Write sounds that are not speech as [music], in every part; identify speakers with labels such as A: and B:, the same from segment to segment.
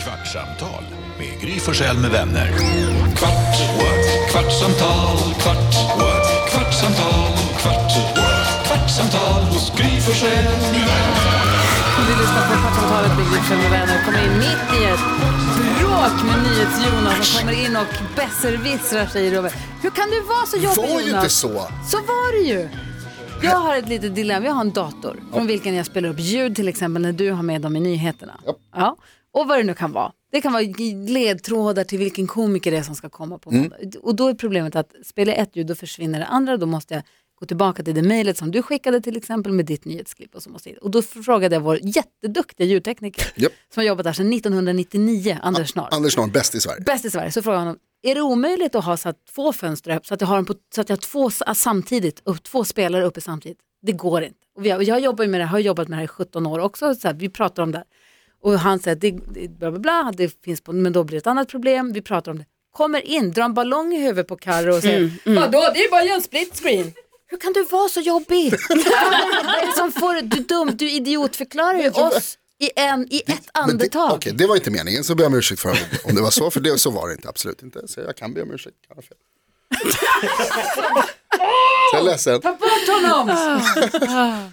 A: Kvartsamtal med Gry Forssell med vänner. Kvart, what? kvartsamtal, kvart, what? kvartsamtal, kvart, what? kvartsamtal hos Gry Forssell med vänner.
B: Vi lyssnar på Kvartsamtalet med Gryfsjö med vänner. Kommer in mitt i ett bråk med NyhetsJonas som kommer in och besserwissrar sig i rummet. Hur kan du vara så jobbig
C: var ju
B: Jonas?
C: inte så.
B: Så var det ju. Jag har ett litet dilemma. Jag har en dator från vilken jag spelar upp ljud till exempel när du har med dem i nyheterna. Ja. Och vad det nu kan vara. Det kan vara ledtrådar till vilken komiker det är som ska komma
C: Mm.
B: på måndag. Och då är problemet att spelar jag ett ljud då försvinner det andra. Då måste jag gå tillbaka till det mejlet som du skickade till exempel med ditt nyhetsklipp. Och, så måste jag, och då frågade jag vår jätteduktiga ljudtekniker
C: Japp.
B: som har jobbat här sedan 1999, Anders Snart
C: Anders Snarr, bäst i Sverige.
B: bäst i Sverige, så frågade jag honom, är det omöjligt att ha så att två fönster upp, så att jag har, dem på, så att jag har två s- samtidigt, upp, två spelare uppe samtidigt? Det går inte. Och jag, jag jobbar ju med det här, har jobbat med det här i 17 år också, så här, vi pratar om det här. Och han säger, att det, det, bla, bla, bla, det finns på, men då blir det ett annat problem, vi pratar om det. Kommer in, drar en ballong i huvudet på Carro och
C: Mm,
B: säger, vadå, det är bara en split screen. Hur kan du vara så
C: [laughs]
B: jobbig? Vad är det som får, du dum, du idiotförklarar ju oss i, en, i ett
C: Men det,
B: andetag.
C: okej, det var inte meningen, så ber jag om ursäkt för om- om det var så, för det, så var det inte, absolut inte. Så jag kan be om ursäkt. kan
B: [laughs]
C: ha fel. Så jag är ledsen.
B: Bort honom!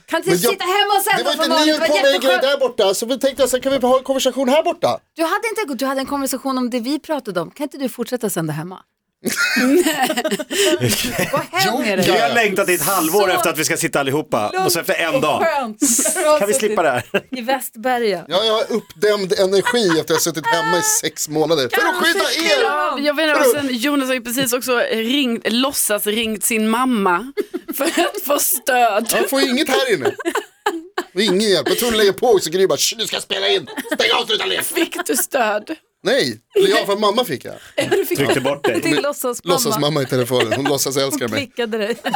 B: kan inte
C: Men jag-
B: sitta hemma och
C: Det
B: sända
C: var
B: från
C: inte ni
B: valet,
C: höll
B: det
C: på
B: var
C: med en grej
B: jätteskönt.
C: där borta, så vi tänkte att sen kan vi ha en konversation här borta.
B: Du hade, inte, du hade en konversation om det vi pratade om, kan inte du fortsätta sända hemma? [laughs] Gå hem med
C: Jo,
D: Vi
B: dig.
C: ja.
D: har längtat i ett halvår
B: Så
D: efter att vi ska sitta allihopa [laughs] och så efter en dag.
B: Skönt.
D: Kan vi slippa det här?
B: I Västberga.
C: Ja, jag har uppdämd energi efter att jag har suttit hemma i sex månader för att skydda er.
E: Jag vet inte, och sen Jonas har ju precis också ringt, låtsas ringt sin mamma för att få stöd.
C: Jag får ju inget här inne. Och Ingen hjälp. Jag tror hon lägger på så Gry bara, "Shh, nu ska jag spela in. Stäng av, sluta le.
E: Fick du stöd?
C: Nej, det är jag för mamma fick jag.
E: Du fick
D: Tryckte bort dig.
B: Din låtsasmamma.
C: Låtsas mamma i telefonen, hon låtsas älska mig.
B: Klickade dig.
C: Ah.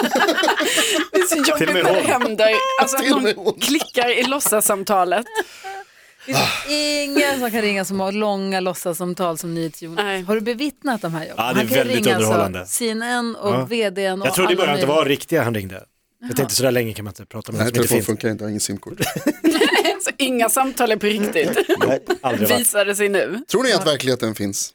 E: det är så
D: Till och med
E: jobbigt när det
D: hon.
E: händer. Alltså att
C: Till och med
E: någon
C: hon.
E: klickar i låtsassamtalet.
B: Ingen som kan ringa som har långa låtsassamtal som
E: Nej.
B: NyhetsJonas. Har du bevittnat de här jobben?
D: Ja, det är
B: Han kan ju
D: väldigt
B: ringa
D: underhållande.
B: Alltså, CNN och
D: Ja.
B: VDn och
D: Jag trodde i
B: alla
D: början att det
B: möjliga.
D: var riktiga han ringde. Jag tänkte sådär länge kan man inte prata med någon
C: Nej,
D: som inte
C: telefon
D: finns.
C: funkar inte, jag har ingen simkort.
E: Så inga samtal är på riktigt.
D: Nej, aldrig varit.
E: Visar det sig nu.
C: Tror ni att verkligheten finns?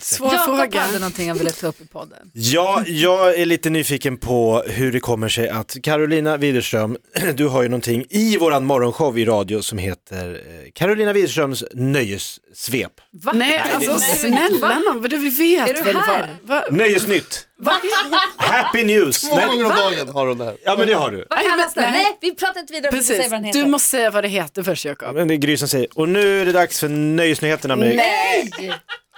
E: Svår
B: Jakob
E: fråga.
B: hade någonting han ville ta upp i podden.
D: Ja, jag är lite nyfiken på hur det kommer sig att Carolina Widerström, [clears throat] du har ju någonting i våran morgonshow i radio som heter eh, Carolina Widerströms nöjessvep.
B: Va?
E: Nej, alltså snälla nån, du vet
B: Är du
E: väl
B: här?
E: vad- vad-
D: Nöjesnytt! Happy news!
C: Två
D: Nej,
C: gånger om dagen har hon det här.
D: ja men det har du.
B: Vad
E: Nej,
B: kallas det?
E: men-
B: Nej, vi pratar inte vidare om det. Säg
E: Precis,
B: vad den heter.
E: du måste säga vad det heter först Jakob.
D: Men det är Gry som säger, och nu är det dags för nöjesnyheterna med
B: Nej!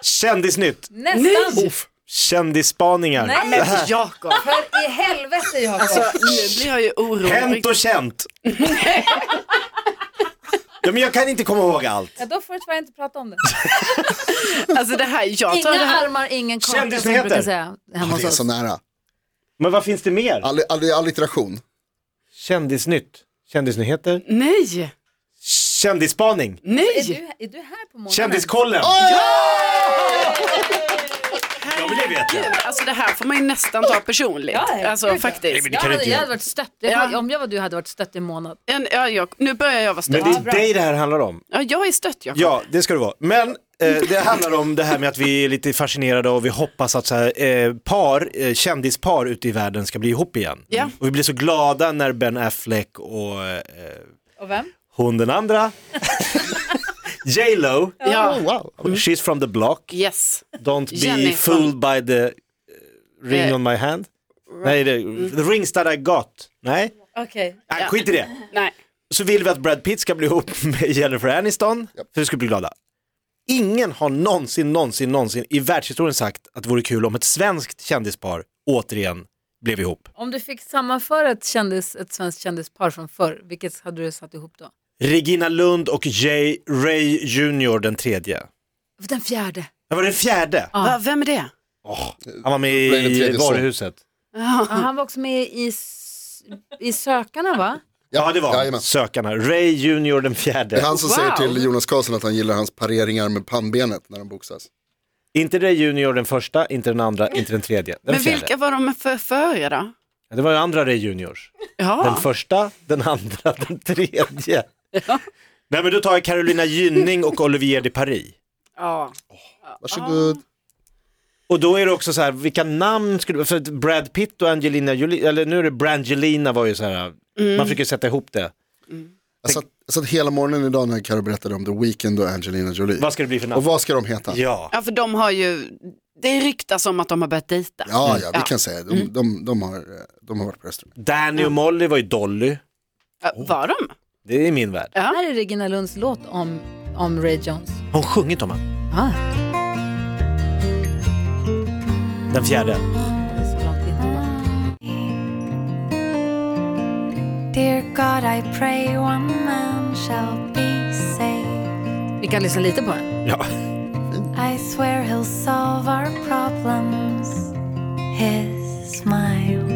D: Kändisnytt,
B: Nästan!
D: kändisspaningar.
B: Nej!
E: Men Jakob,
B: För i helvete Jakob!
D: Alltså-
E: nu blir jag ju
D: Hänt
E: orolig.
D: och känt. ja, men jag kan inte komma ihåg allt.
B: ja, då får du tyvärr inte prata om det.
E: Alltså det här, jag tar
B: Inga
E: det här
B: armar, ingen kaka som vi
D: Kändisnyheter.
B: brukar säga hemma
C: Det är
B: hos
C: så
B: oss.
C: nära.
D: Men vad finns det mer?
C: All, all, alliteration.
D: Kändisnytt, kändisnyheter,
E: Nej,
D: kändisspaning,
B: Alltså, Är
E: nej.
B: du, är du här på morgonen?
D: kändiskollen. Ja, men det vet jag.
E: Alltså det här får man ju nästan ta personligt.
B: Ja, ja.
E: Alltså faktiskt.
B: Jag,
D: kan
B: hade,
D: inte
B: jag
D: göra.
B: hade varit stött. Jag,
E: Ja.
B: tror- Om jag var du hade jag varit stött i en månad.
E: En, ja, jag, nu börjar jag vara
D: Men
E: stött.
D: det är dig det här handlar om.
E: Ja, jag är stött Jakob.
D: Ja, det ska det vara. Men eh, det handlar om det här med att vi är lite fascinerade och vi hoppas att så här, eh, par, eh, kändispar ute i världen ska bli ihop igen.
E: Ja.
D: Och vi blir så glada när Ben Affleck och eh,
B: Och vem?
D: hon den
E: [laughs]
D: andra, J Lo,
E: Ja.
D: She's from the block,
E: Yes.
D: Don't be
E: Jenny från-
D: fooled by the eh, ring
E: Eh,
D: on my hand. Nej, the, the rings that I got. Nej,
B: Okej.
D: Nej
E: Ja.
D: skit i det.
E: Nej.
D: så vill vi att Brad Pitt ska bli ihop med Jennifer Aniston, för vi skulle bli glada. Ingen har någonsin, någonsin, någonsin i världshistorien sagt att det vore kul om ett svenskt kändispar återigen blev ihop.
B: Om du fick sammanföra ett, kändis, ett svenskt kändispar från förr, vilket hade du satt ihop då?
D: Regina Lund och J. Ray Jr den tredje.
B: Den fjärde.
D: Det var den fjärde.
E: Va, vem är det?
D: Han var med
C: Ray den
D: i
C: tredje, så.
D: varuhuset.
B: Ja, han var också med i, s- i Sökarna va?
D: Ja, det var han.
C: Jajamän.
D: Sökarna. Ray Jr den
C: Det är
D: fjärde.
C: han som
E: Wow.
C: säger till Jonas Karlsson att han gillar hans pareringar med pannbenet när de boxas.
D: Inte Ray Jr den första, inte den andra, inte den tredje. Den
E: Men
D: fjärde.
E: vilka var de för före då?
D: Ja, Det var ju andra Ray Juniors. Den
E: Ja.
D: första, [laughs] den andra, den tredje. Nej men då tar jag Carolina Gynning och Olivier de Paris.
E: Ja.
C: Varsågod.
D: Och då är det också så här, vilka namn skulle, för att Brad Pitt och Angelina Jolie, eller nu är det Brangelina var ju så här, man försöker sätta ihop det.
C: Jag, satt, jag satt hela morgonen idag när Carro berättade om The Weeknd och Angelina Jolie.
D: Vad ska det bli för namn?
C: Och vad ska de heta? Ja,
D: Ja.
E: ja, för de har ju, det ryktas om att de har börjat dejta.
C: ja, vi
E: Ja.
C: kan säga det. De, de, de, har, eh, de har varit på restaurang.
D: Danny och Molly var ju Dolly,
E: Ja, Var de?
D: det är i min värld.
E: Ja.
B: Här är Regina Lunds låt om, om Ray Jones.
D: Har hon sjungit om han?
B: Ah,
D: Den fjärde.
B: det är så långt in.
F: Dear God, I pray one man shall be saved.
B: Vi kan lyssna lite på den.
D: Ja.
F: I swear he'll solve our problems. His smile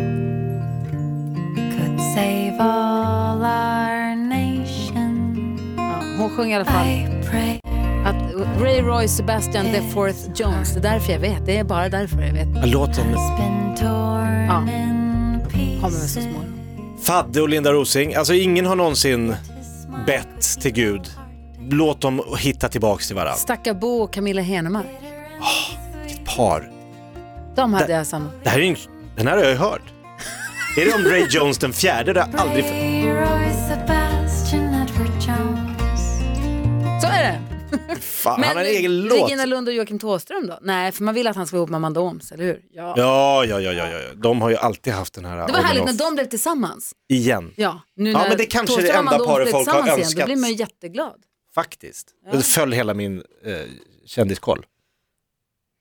F: could save all our nation.
B: Ja, hon sjunger i alla fall
F: I pray.
B: att Ray Roy Sebastian the Fourth Jones, det är därför jag vet, det är bara därför jag vet.
D: Låten
F: It's been torn
B: Ja.
F: in
B: Kommer så
F: pieces.
B: småningom.
D: Fadde och Linda Rosing, alltså ingen har någonsin bett till Gud, låt dem hitta tillbaks till varandra.
B: Stackabo och Camilla Henemark,
D: Par.
B: de hade jag samma.
D: Det här är ju, den här har jag ju hört. är det om Ray Jones den fjärde? Det har jag aldrig
F: Leroy Sebastian Edward Jones.
B: Så är det.
D: Fan, han har en egen låt.
B: Regina Lund och Joakim Thåström då? Nej, för man vill att han ska vara ihop med Amanda Ooms, eller hur? Ja.
D: Ja, ja, ja, ja, ja, ja. De har ju alltid haft den här
B: Det var
D: on
B: härligt
D: and
B: när
D: off
B: de blev tillsammans.
D: Igen,
B: Ja, nu
D: Ja,
B: när
D: men det kanske är det
B: Thåström och Amanda
D: enda
B: Ooms
D: paret
B: blev
D: folk har
B: tillsammans
D: önskat.
B: Igen, då blir man ju jätteglad.
D: faktiskt. Det föll hela min eh, kändiskoll.
E: [laughs]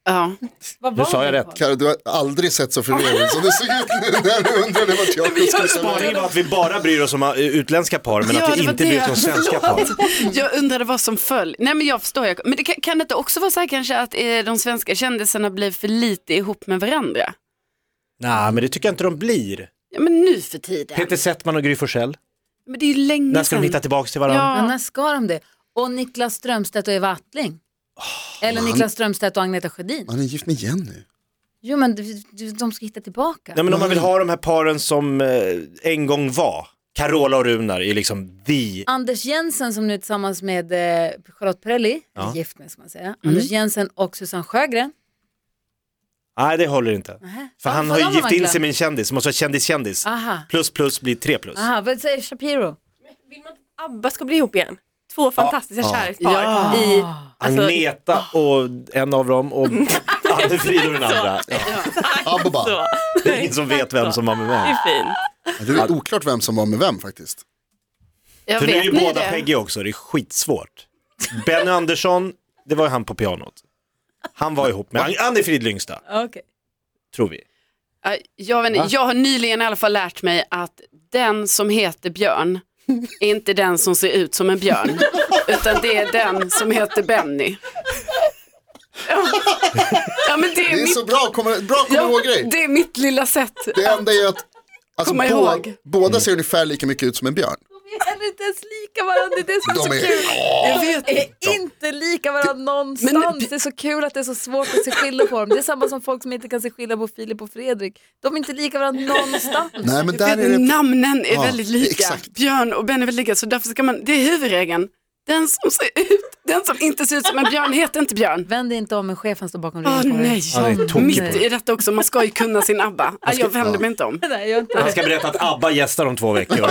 E: Ja.
B: Vad
D: Nu
B: var
D: sa jag
B: det
D: rätt.
B: på?
C: Carro, du har aldrig sett så förvirrad som det såg ut nu när du undrade vart jag skulle ställa
D: Spaningen var att vi bara bryr oss om eh, utländska par, men att vi inte bryr oss om svenska par.
E: Jag undrade vad som föll. Nej men jag förstår. Jag, men det kan, kan det inte också vara så här kanske att eh, de svenska kändisarna blir för lite ihop med varandra?
D: Nej, men det tycker jag inte de blir.
E: Ja men nu för tiden.
D: Peter Settman och Gry Forssell,
E: Men det är ju länge
D: när ska de
E: sedan.
D: hitta tillbaks till varandra?
B: Men
E: Ja.
B: när ska de det? Och Niklas Strömstedt och Eva Attling. Eller Niklas Strömstedt och Agneta Sjödin.
C: Han är gift med Jenny.
B: Jo men du- du- de ska hitta tillbaka.
D: Nej, men om man vill ha de här paren som eh, en gång var, Carola och Runar är liksom the...
B: Anders Jensen som nu är tillsammans med eh, Charlotte Perrelli, eller gift med ska man säga,
D: Mm.
B: Anders Jensen och Susanne Sjögren.
D: Nej, det håller inte. För
B: Ja,
D: han
B: för dem
D: har ju
B: har
D: gift
B: man
D: in
B: glömt.
D: sig med en kändis, måste vara kändis-kändis.
B: Aha.
D: Plus plus blir tre plus.
B: Aha, vad säger Shapiro?
G: ABBA ska bli ihop igen. Två fantastiska kärlekspar. I, alltså,
D: Agneta och en av dem och Anne-Frid och den andra.
C: Abba.
G: så.
D: Det är ingen som vet vem som var med
G: Det
D: vem.
G: är fint.
C: Det är oklart vem som var med vem faktiskt.
E: Jag
D: För nu är ju
E: vet ni
D: båda
E: det?
D: Peggy också, det är skitsvårt. Benny Andersson, det var ju han på pianot. Han var ihop med Anne-Frid Lyngstad,
B: Okay.
D: tror vi.
E: Ja, Jag, vet inte, jag har nyligen i alla fall lärt mig att den som heter Björn är inte den som ser ut som en björn, utan det är den som heter Benny. Ja, ja men det är,
C: Det är
E: mitt,
C: så bra, kommer, bra kom
E: ja,
C: ihåg-grej.
E: det är mitt lilla sätt.
C: Det enda är att alltså,
E: Komma
C: bå-
E: ihåg.
C: båda ser ungefär lika mycket ut som en björn.
B: De är heller inte ens lika varandra, det är
D: [laughs]
B: det som
C: De
B: är
C: är-
B: så kul.
E: Jag vet
B: De är inte lika varandra någonstans. Det är så kul att det är så svårt att se skillnad på dem. Det är samma som folk som inte kan se skillnad på Filip och Fredrik. De är inte lika varandra någonstans.
C: Nej men där är
E: Vet,
C: det,
E: Namnen är
C: Ja,
E: väldigt lika.
C: exakt.
E: Björn och Benny är väldigt lika, så därför ska man, det är huvudregeln. Den som ser ut, den som inte ser ut som en björn heter inte björn.
B: Vänd dig inte om, men chefen står bakom
E: Åh
B: ryggen på dig.
E: nej,
D: Han är tokig på
E: mitt
D: det.
E: i detta också, man ska ju kunna sin ABBA. Nej, jag vänder mig inte om.
B: Nej, jag är inte.
D: Han ska berätta att ABBA gästar om två veckor.
C: som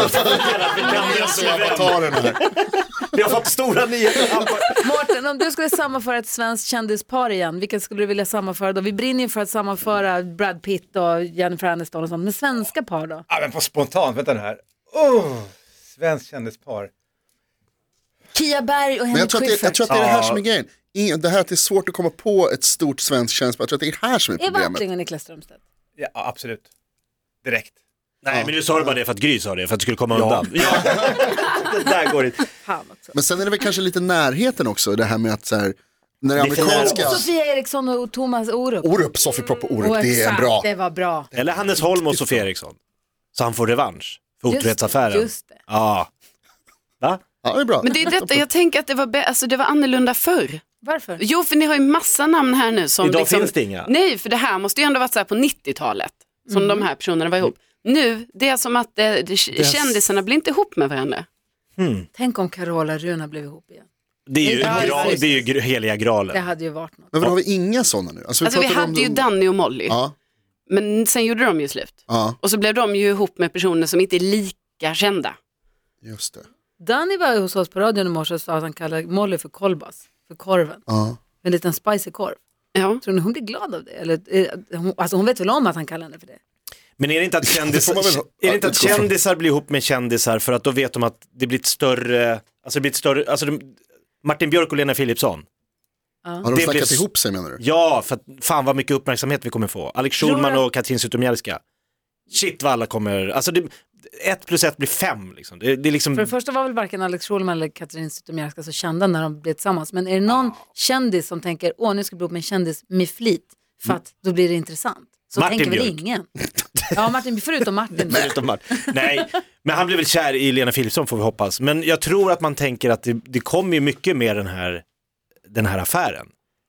C: avataren här.
D: Vi har fått stora nyheter. ABBA.
B: Mårten, om du skulle sammanföra ett svenskt kändispar igen, vilka skulle du vilja sammanföra då? Vi brinner ju för att sammanföra Brad Pitt och Jennifer Aniston och sånt, men svenska par då?
H: Ja, men på spontant, vänta nu här. Oh, svensk kändispar.
B: Kia Berg och
C: Men jag
B: Henrik
C: tror, att det, jag
B: Schyffert.
C: tror att det är det här som är grejen. Ingen- Det här att det är svårt att komma på ett stort svenskt tjänstman. Jag tror att det är det här som är
B: Eva
C: problemet.
B: Attling och Niklas Strömstedt.
H: Ja, absolut. Direkt.
D: Nej, men du sa det bara det för att Gry sa det, för att du skulle komma undan. [laughs] Ja. Det där går inte.
B: Fan också.
C: Men sen är det väl kanske lite närheten också, det här med att så här, när det
D: Det är för
C: amerikanska...
D: nära.
B: Sofia Eriksson och Thomas Orup.
C: Orup, Sofie Propp och Orup,
B: Åh,
C: det är en
B: exakt,
C: bra.
B: Det var bra.
D: Eller Hannes Holm och Sofie Eriksson. Så han får revansch för
B: Just det,
D: otrohetsaffären.
B: just det.
D: Ja. Va?
C: Ja, det är bra.
E: Men det är detta, jag tänker att det var, bä- alltså, det var annorlunda förr.
B: Varför?
E: Jo, för ni har ju massa namn här nu. Som liksom-
D: Idag finns det inga.
E: Nej, för det här måste ju ändå varit så här på 90-talet som de här personerna var ihop. Nu, det är som att eh, det,
D: är s-
E: kändisarna blir inte ihop med varandra.
B: Tänk om Carola Runa blev ihop igen.
D: Det är ju,
B: Ja,
D: gra-
B: precis.
D: det är ju gr- heliga
B: Det
D: graalen.
B: hade ju varit något.
C: Men vadå, har vi inga sådana nu? vi
E: Alltså vi
C: pratade om
E: hade ju
C: de-
E: Danny och Molly,
C: Ja,
E: men sen gjorde de ju slut.
C: ja,
E: Och så blev de ju ihop med personer som inte är lika kända.
C: just det.
B: Danny var hos oss på radion i morse och sa att han kallar Molly för kolbas, för korven.
C: Ja.
B: En liten spicy korv.
E: Ja.
B: Tror ni hon blir glad av det? Eller, eh, hon, alltså hon vet väl om att han kallar henne för det?
D: Men är det inte att, kändis,
C: får man väl ha-
D: är det inte att
C: utgå från.
D: kändisar blir ihop med kändisar för att då vet de att det blir ett större, alltså det blir ett större, alltså de, Martin Björk och Lena Philipsson.
C: Har de
D: Det
C: snackat
D: blir-
C: ihop sig menar du?
D: Ja, för att fan vad mycket uppmärksamhet vi kommer få. Alex Schulman och Katrin Zytomierska. Shit vad alla kommer, alltså det, ett plus ett blir fem liksom. Det, det är liksom,
B: För det första var väl varken Alex Schulman eller Katrin Zytomierska så kända när de blev tillsammans. Men är det någon kändis som tänker, åh nu ska jag bli ihop med en kändis med flit, för att då blir det intressant. Så
D: Martin
B: tänker väl
D: Björk.
B: ingen. Ja, Martin, förutom Martin.
D: [laughs] förutom Mart- Nej, men han blev väl kär i Lena Philipsson får vi hoppas. Men jag tror att man tänker att det, det kommer ju mycket med den här, den här affären.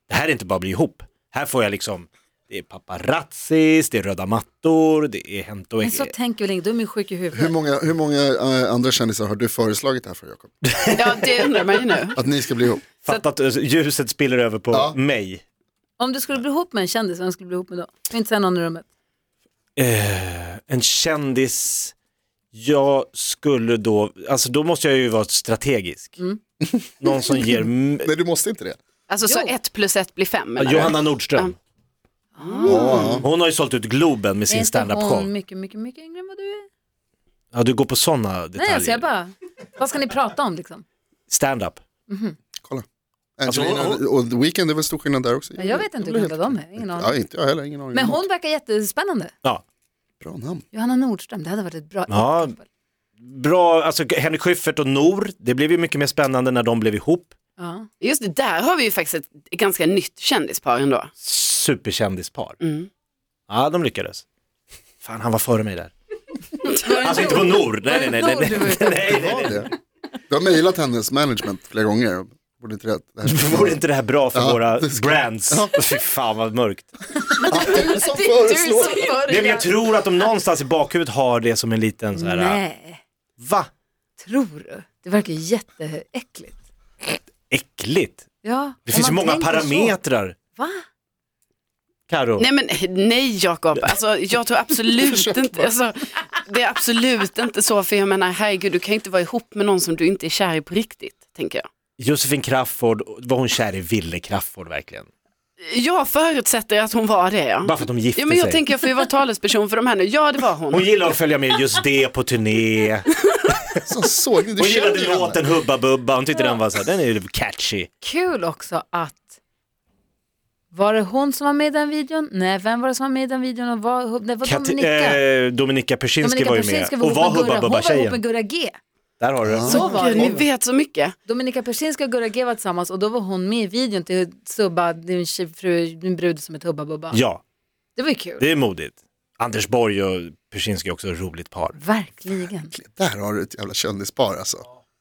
D: Det här är inte bara att bli ihop. Här får jag liksom, det är paparazzis, det är röda mattor, det är Hänt och
B: Men så tänker väl ingen, de är ju sjuk i
C: Hur
B: huvudet.
C: många, hur många eh, andra kändisar har du föreslagit det här för Jakob?
E: ja, det undrar man ju nu.
C: Att ni ska bli ihop?
D: Fatta att eh, ljuset spiller över på
C: Ja.
D: mig.
B: Om du skulle bli ihop med en kändis, vem skulle du bli ihop med då? Får inte säga någon i rummet.
D: Eh, en kändis, jag skulle då, alltså då måste jag ju vara strategisk.
B: Mm.
D: Någon som
B: [laughs]
D: ger, m-
C: Nej, du måste inte det.
E: Alltså så ett plus ett blir fem. Eller?
D: Johanna Nordström. Mm.
C: Ja.
D: Hon har ju sålt ut Globen
B: är
D: med sin
B: inte hon
D: standup-show.
B: mycket, mycket, mycket yngre än vad du är?
D: Ja, du går på sådana detaljer.
B: Nej, alltså jag bara, vad ska ni prata om liksom?
D: Stand-up.
C: Kolla.
D: Alltså,
C: Angelina
D: hon-
C: och The Weeknd, det är väl stor skillnad där också?
D: Mm.
B: Men jag vet inte hur gamla de är, ingen aning.
C: Ja, inte jag heller, ingen aning.
B: Men hon verkar jättespännande.
D: Ja.
C: Bra namn.
B: Johanna Nordström, det hade varit ett bra
D: Ja.
B: exempel.
D: Bra, alltså Henrik Schyffert och Nor, det blev ju mycket mer spännande när de blev ihop.
B: Ja.
E: Just det, där har vi ju faktiskt ett ganska nytt kändispar ändå.
D: Superkändispar.
E: Mm.
D: Ja, de lyckades. Fan, han var före mig där. Alltså inte på Nor, nej nej nej.
B: Nor
D: nej,
B: du var
D: nej,
B: ute
D: [laughs] nej, nej,
C: Var
D: nej.
C: det? Du har mejlat hennes management flera gånger. Borde inte det, det här...
D: Vore inte det här bra för
C: Ja,
D: våra
C: det ska-
D: brands? Fy fan vad mörkt.
C: du
D: [laughs]
C: som föreslår?
D: Nej, men jag tror att de någonstans i bakhuvudet har det som en liten så här.
B: Nej,
D: Va?
B: tror du? Det verkar ju jätteäckligt.
D: Äckligt.
B: Ja,
D: Det
B: om
D: finns ju
B: man
D: många
B: tänker
D: parametrar.
B: Så. Va?
D: Karo.
E: Nej men nej Jakob, alltså, jag
D: [laughs]
E: tror absolut inte, alltså, det är absolut inte så för jag menar herregud du kan inte vara ihop med någon som du inte är kär i på riktigt, tänker jag.
D: Josefin Crafoord, var hon kär i Ville Crafoord verkligen?
E: Jag förutsätter att hon var det ja.
D: Bara för att de gifte
E: Ja men jag
D: sig.
E: tänker jag får ju vara talesperson för de här nu, ja det var
D: Hon
E: hon.
D: gillar att följa med just det på turné.
C: Som såg ni, du
D: Hon gillade
C: känner ju henne.
D: låten Hubba Bubba, hon tyckte den var så här, den är ju catchy.
B: Kul också att var det hon som var med i den videon? Nej, vem var det som var med i den videon? Och var, nej, var
D: Kat-
B: Dominika?
D: eh, Dominika Persinski var ju
B: Persinski
D: med och var
B: ihop med Gurra-
D: Hubba
B: Hon var ihop
D: Bubba-tjejen.
B: med Gurra G.
D: Där har du det.
B: Så var
E: Gud, ni
B: det.
E: vet så mycket.
B: Dominika Persinski och Gurra G var tillsammans och då var hon med i videon till Subba, din, tjej- fru, din brud som är Hubba Bubba.
D: Ja,
B: Det var ju kul.
D: det är modigt. Anders Borg och Persinski är också ett roligt par.
B: Verkligen.
C: Där har du ett jävla kändispar alltså.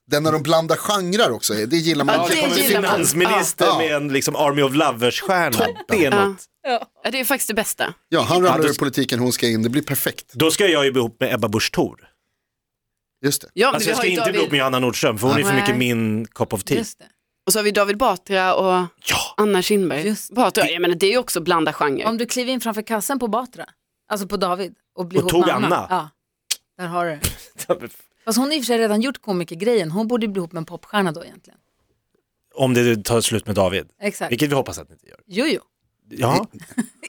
C: Den när de blandar genrer också, det gillar man.
E: Ja, det
C: jättemycket.
E: gillar man.
D: Finansminister
C: Ja.
D: med en liksom Army of Lovers-stjärna. Det är något.
E: Ja, det är faktiskt det bästa.
C: Ja, han ramlar
D: Ja, då-
C: ur politiken, hon ska in, det blir perfekt.
D: Då ska jag ju bli ihop med Ebba Busch Thor.
C: Just det.
E: Ja, men
D: Alltså
E: vi
D: jag
E: har
D: ska
E: ju
D: inte bli ihop
E: David,
D: med Johanna Nordström för hon är för
B: Nej.
D: mycket min cup of tea.
B: Just det.
E: och så har vi David Batra och
D: Ja,
E: Anna Kinberg.
B: Just
E: Batra, jag menar det är ju också blanda genrer.
B: Om du kliver in framför kassen på Batra, alltså på David och blir
D: Och
B: ihop
D: tog
B: med
D: Anna.
B: Ja, där har du det.
D: [laughs]
B: Fast hon har i och för sig redan gjort komikergrejen, hon borde bli ihop med en popstjärna då egentligen.
D: om det tar slut med David.
B: Exakt.
D: Vilket vi hoppas att ni inte gör.
B: Jo, jo.
D: Ja,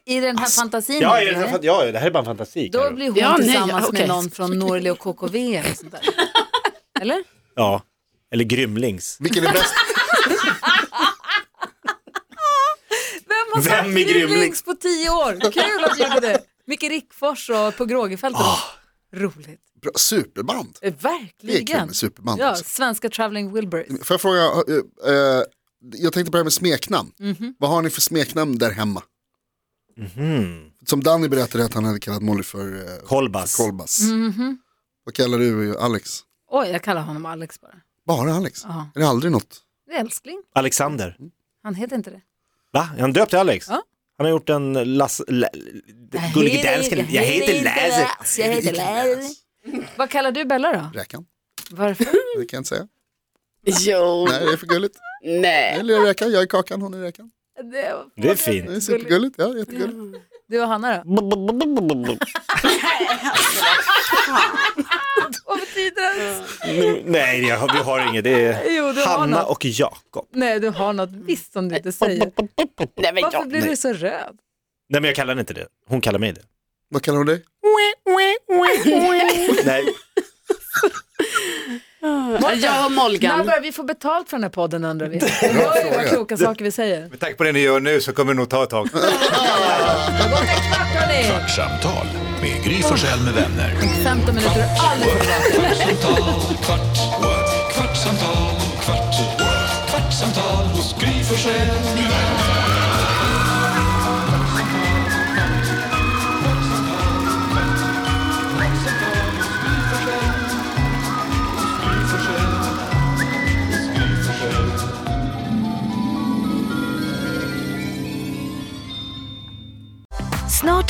B: I den här fantasin,
D: Alltså, ja,
B: där,
D: i den här,
B: eller?
D: fan- ja ja, det här är bara en fantasi.
B: då
D: Karo.
B: blir hon
E: Ja, nej,
B: tillsammans
E: ja, okej.
B: med någon från Norli och KKV eller sånt [laughs] där. Eller?
D: Ja, eller Grymlings.
C: Vilken är bäst?
B: Vem har
D: Vem
B: sagt
D: är
B: Grym
D: Grymling?
B: Links på tio år? Kul att du gjorde det. Micke Rickfors och på Grågefält. och
D: Ah.
B: de. Roligt.
C: Bra, superband.
B: Eh,
C: Det är kul
B: Verkligen.
C: med superband.
B: Ja,
C: också.
B: svenska Traveling Wilburys.
C: Får jag fråga, eh, eh, jag tänkte på det här med smeknamn. Vad har ni för smeknamn där hemma? Som Danny berättade att han hade kallat Molly för eh,
D: Kolbas.
C: Kolbas. Vad kallar du eh, Alex?
B: Oj, jag kallar honom Alex bara.
C: Bara Alex?
B: Ja.
C: Är det aldrig något?
B: Det är älskling.
D: Alexander.
B: Han heter inte det.
D: Va? Är han döpt till Alex?
B: Ja.
D: Han har gjort en Lasse... La, Gullige dansken. Jag heter Lasse.
B: Jag heter Lasse. Vad kallar du Bella då?
C: Räkan?
B: Varför?
C: Det kan jag inte säga.
E: Jo,
C: Nej, det är för gulligt.
E: Nej.
C: Eller är räkan, jag är kakan, hon är räkan.
B: Det,
D: Det är
C: Det
D: fint.
C: är supergulligt, ja jättegulligt.
B: du och Hanna då? Vad betyder det?
D: Nu- Nej, det har- vi har inget. Det
B: Jo, du
D: är
B: har
D: Hanna
B: något.
D: och Jakob.
B: Nej, du har något visst som du inte säger.
E: Nej, men
B: Varför
E: jag,
B: blir du så röd?
D: Nej, men jag kallar henne inte det. Hon kallar mig det. [laughs]
C: Vad kallar hon dig?
D: Nej,
E: jag har
B: När
E: Molgan.
B: börjar vi få betalt för den här podden undrar vi? Oj, vad kloka saker vi säger.
H: Med tanke på det ni gör nu så kommer det nog ta ett tag.
A: Kvartsamtal med Gry Forssell med vänner.
B: 15 minuter och aldrig för bra.
A: Kvartsamtal, kvart, what? kvartsamtal, kvart, what? kvartsamtal hos Gry Forssell med vänner.
I: Snart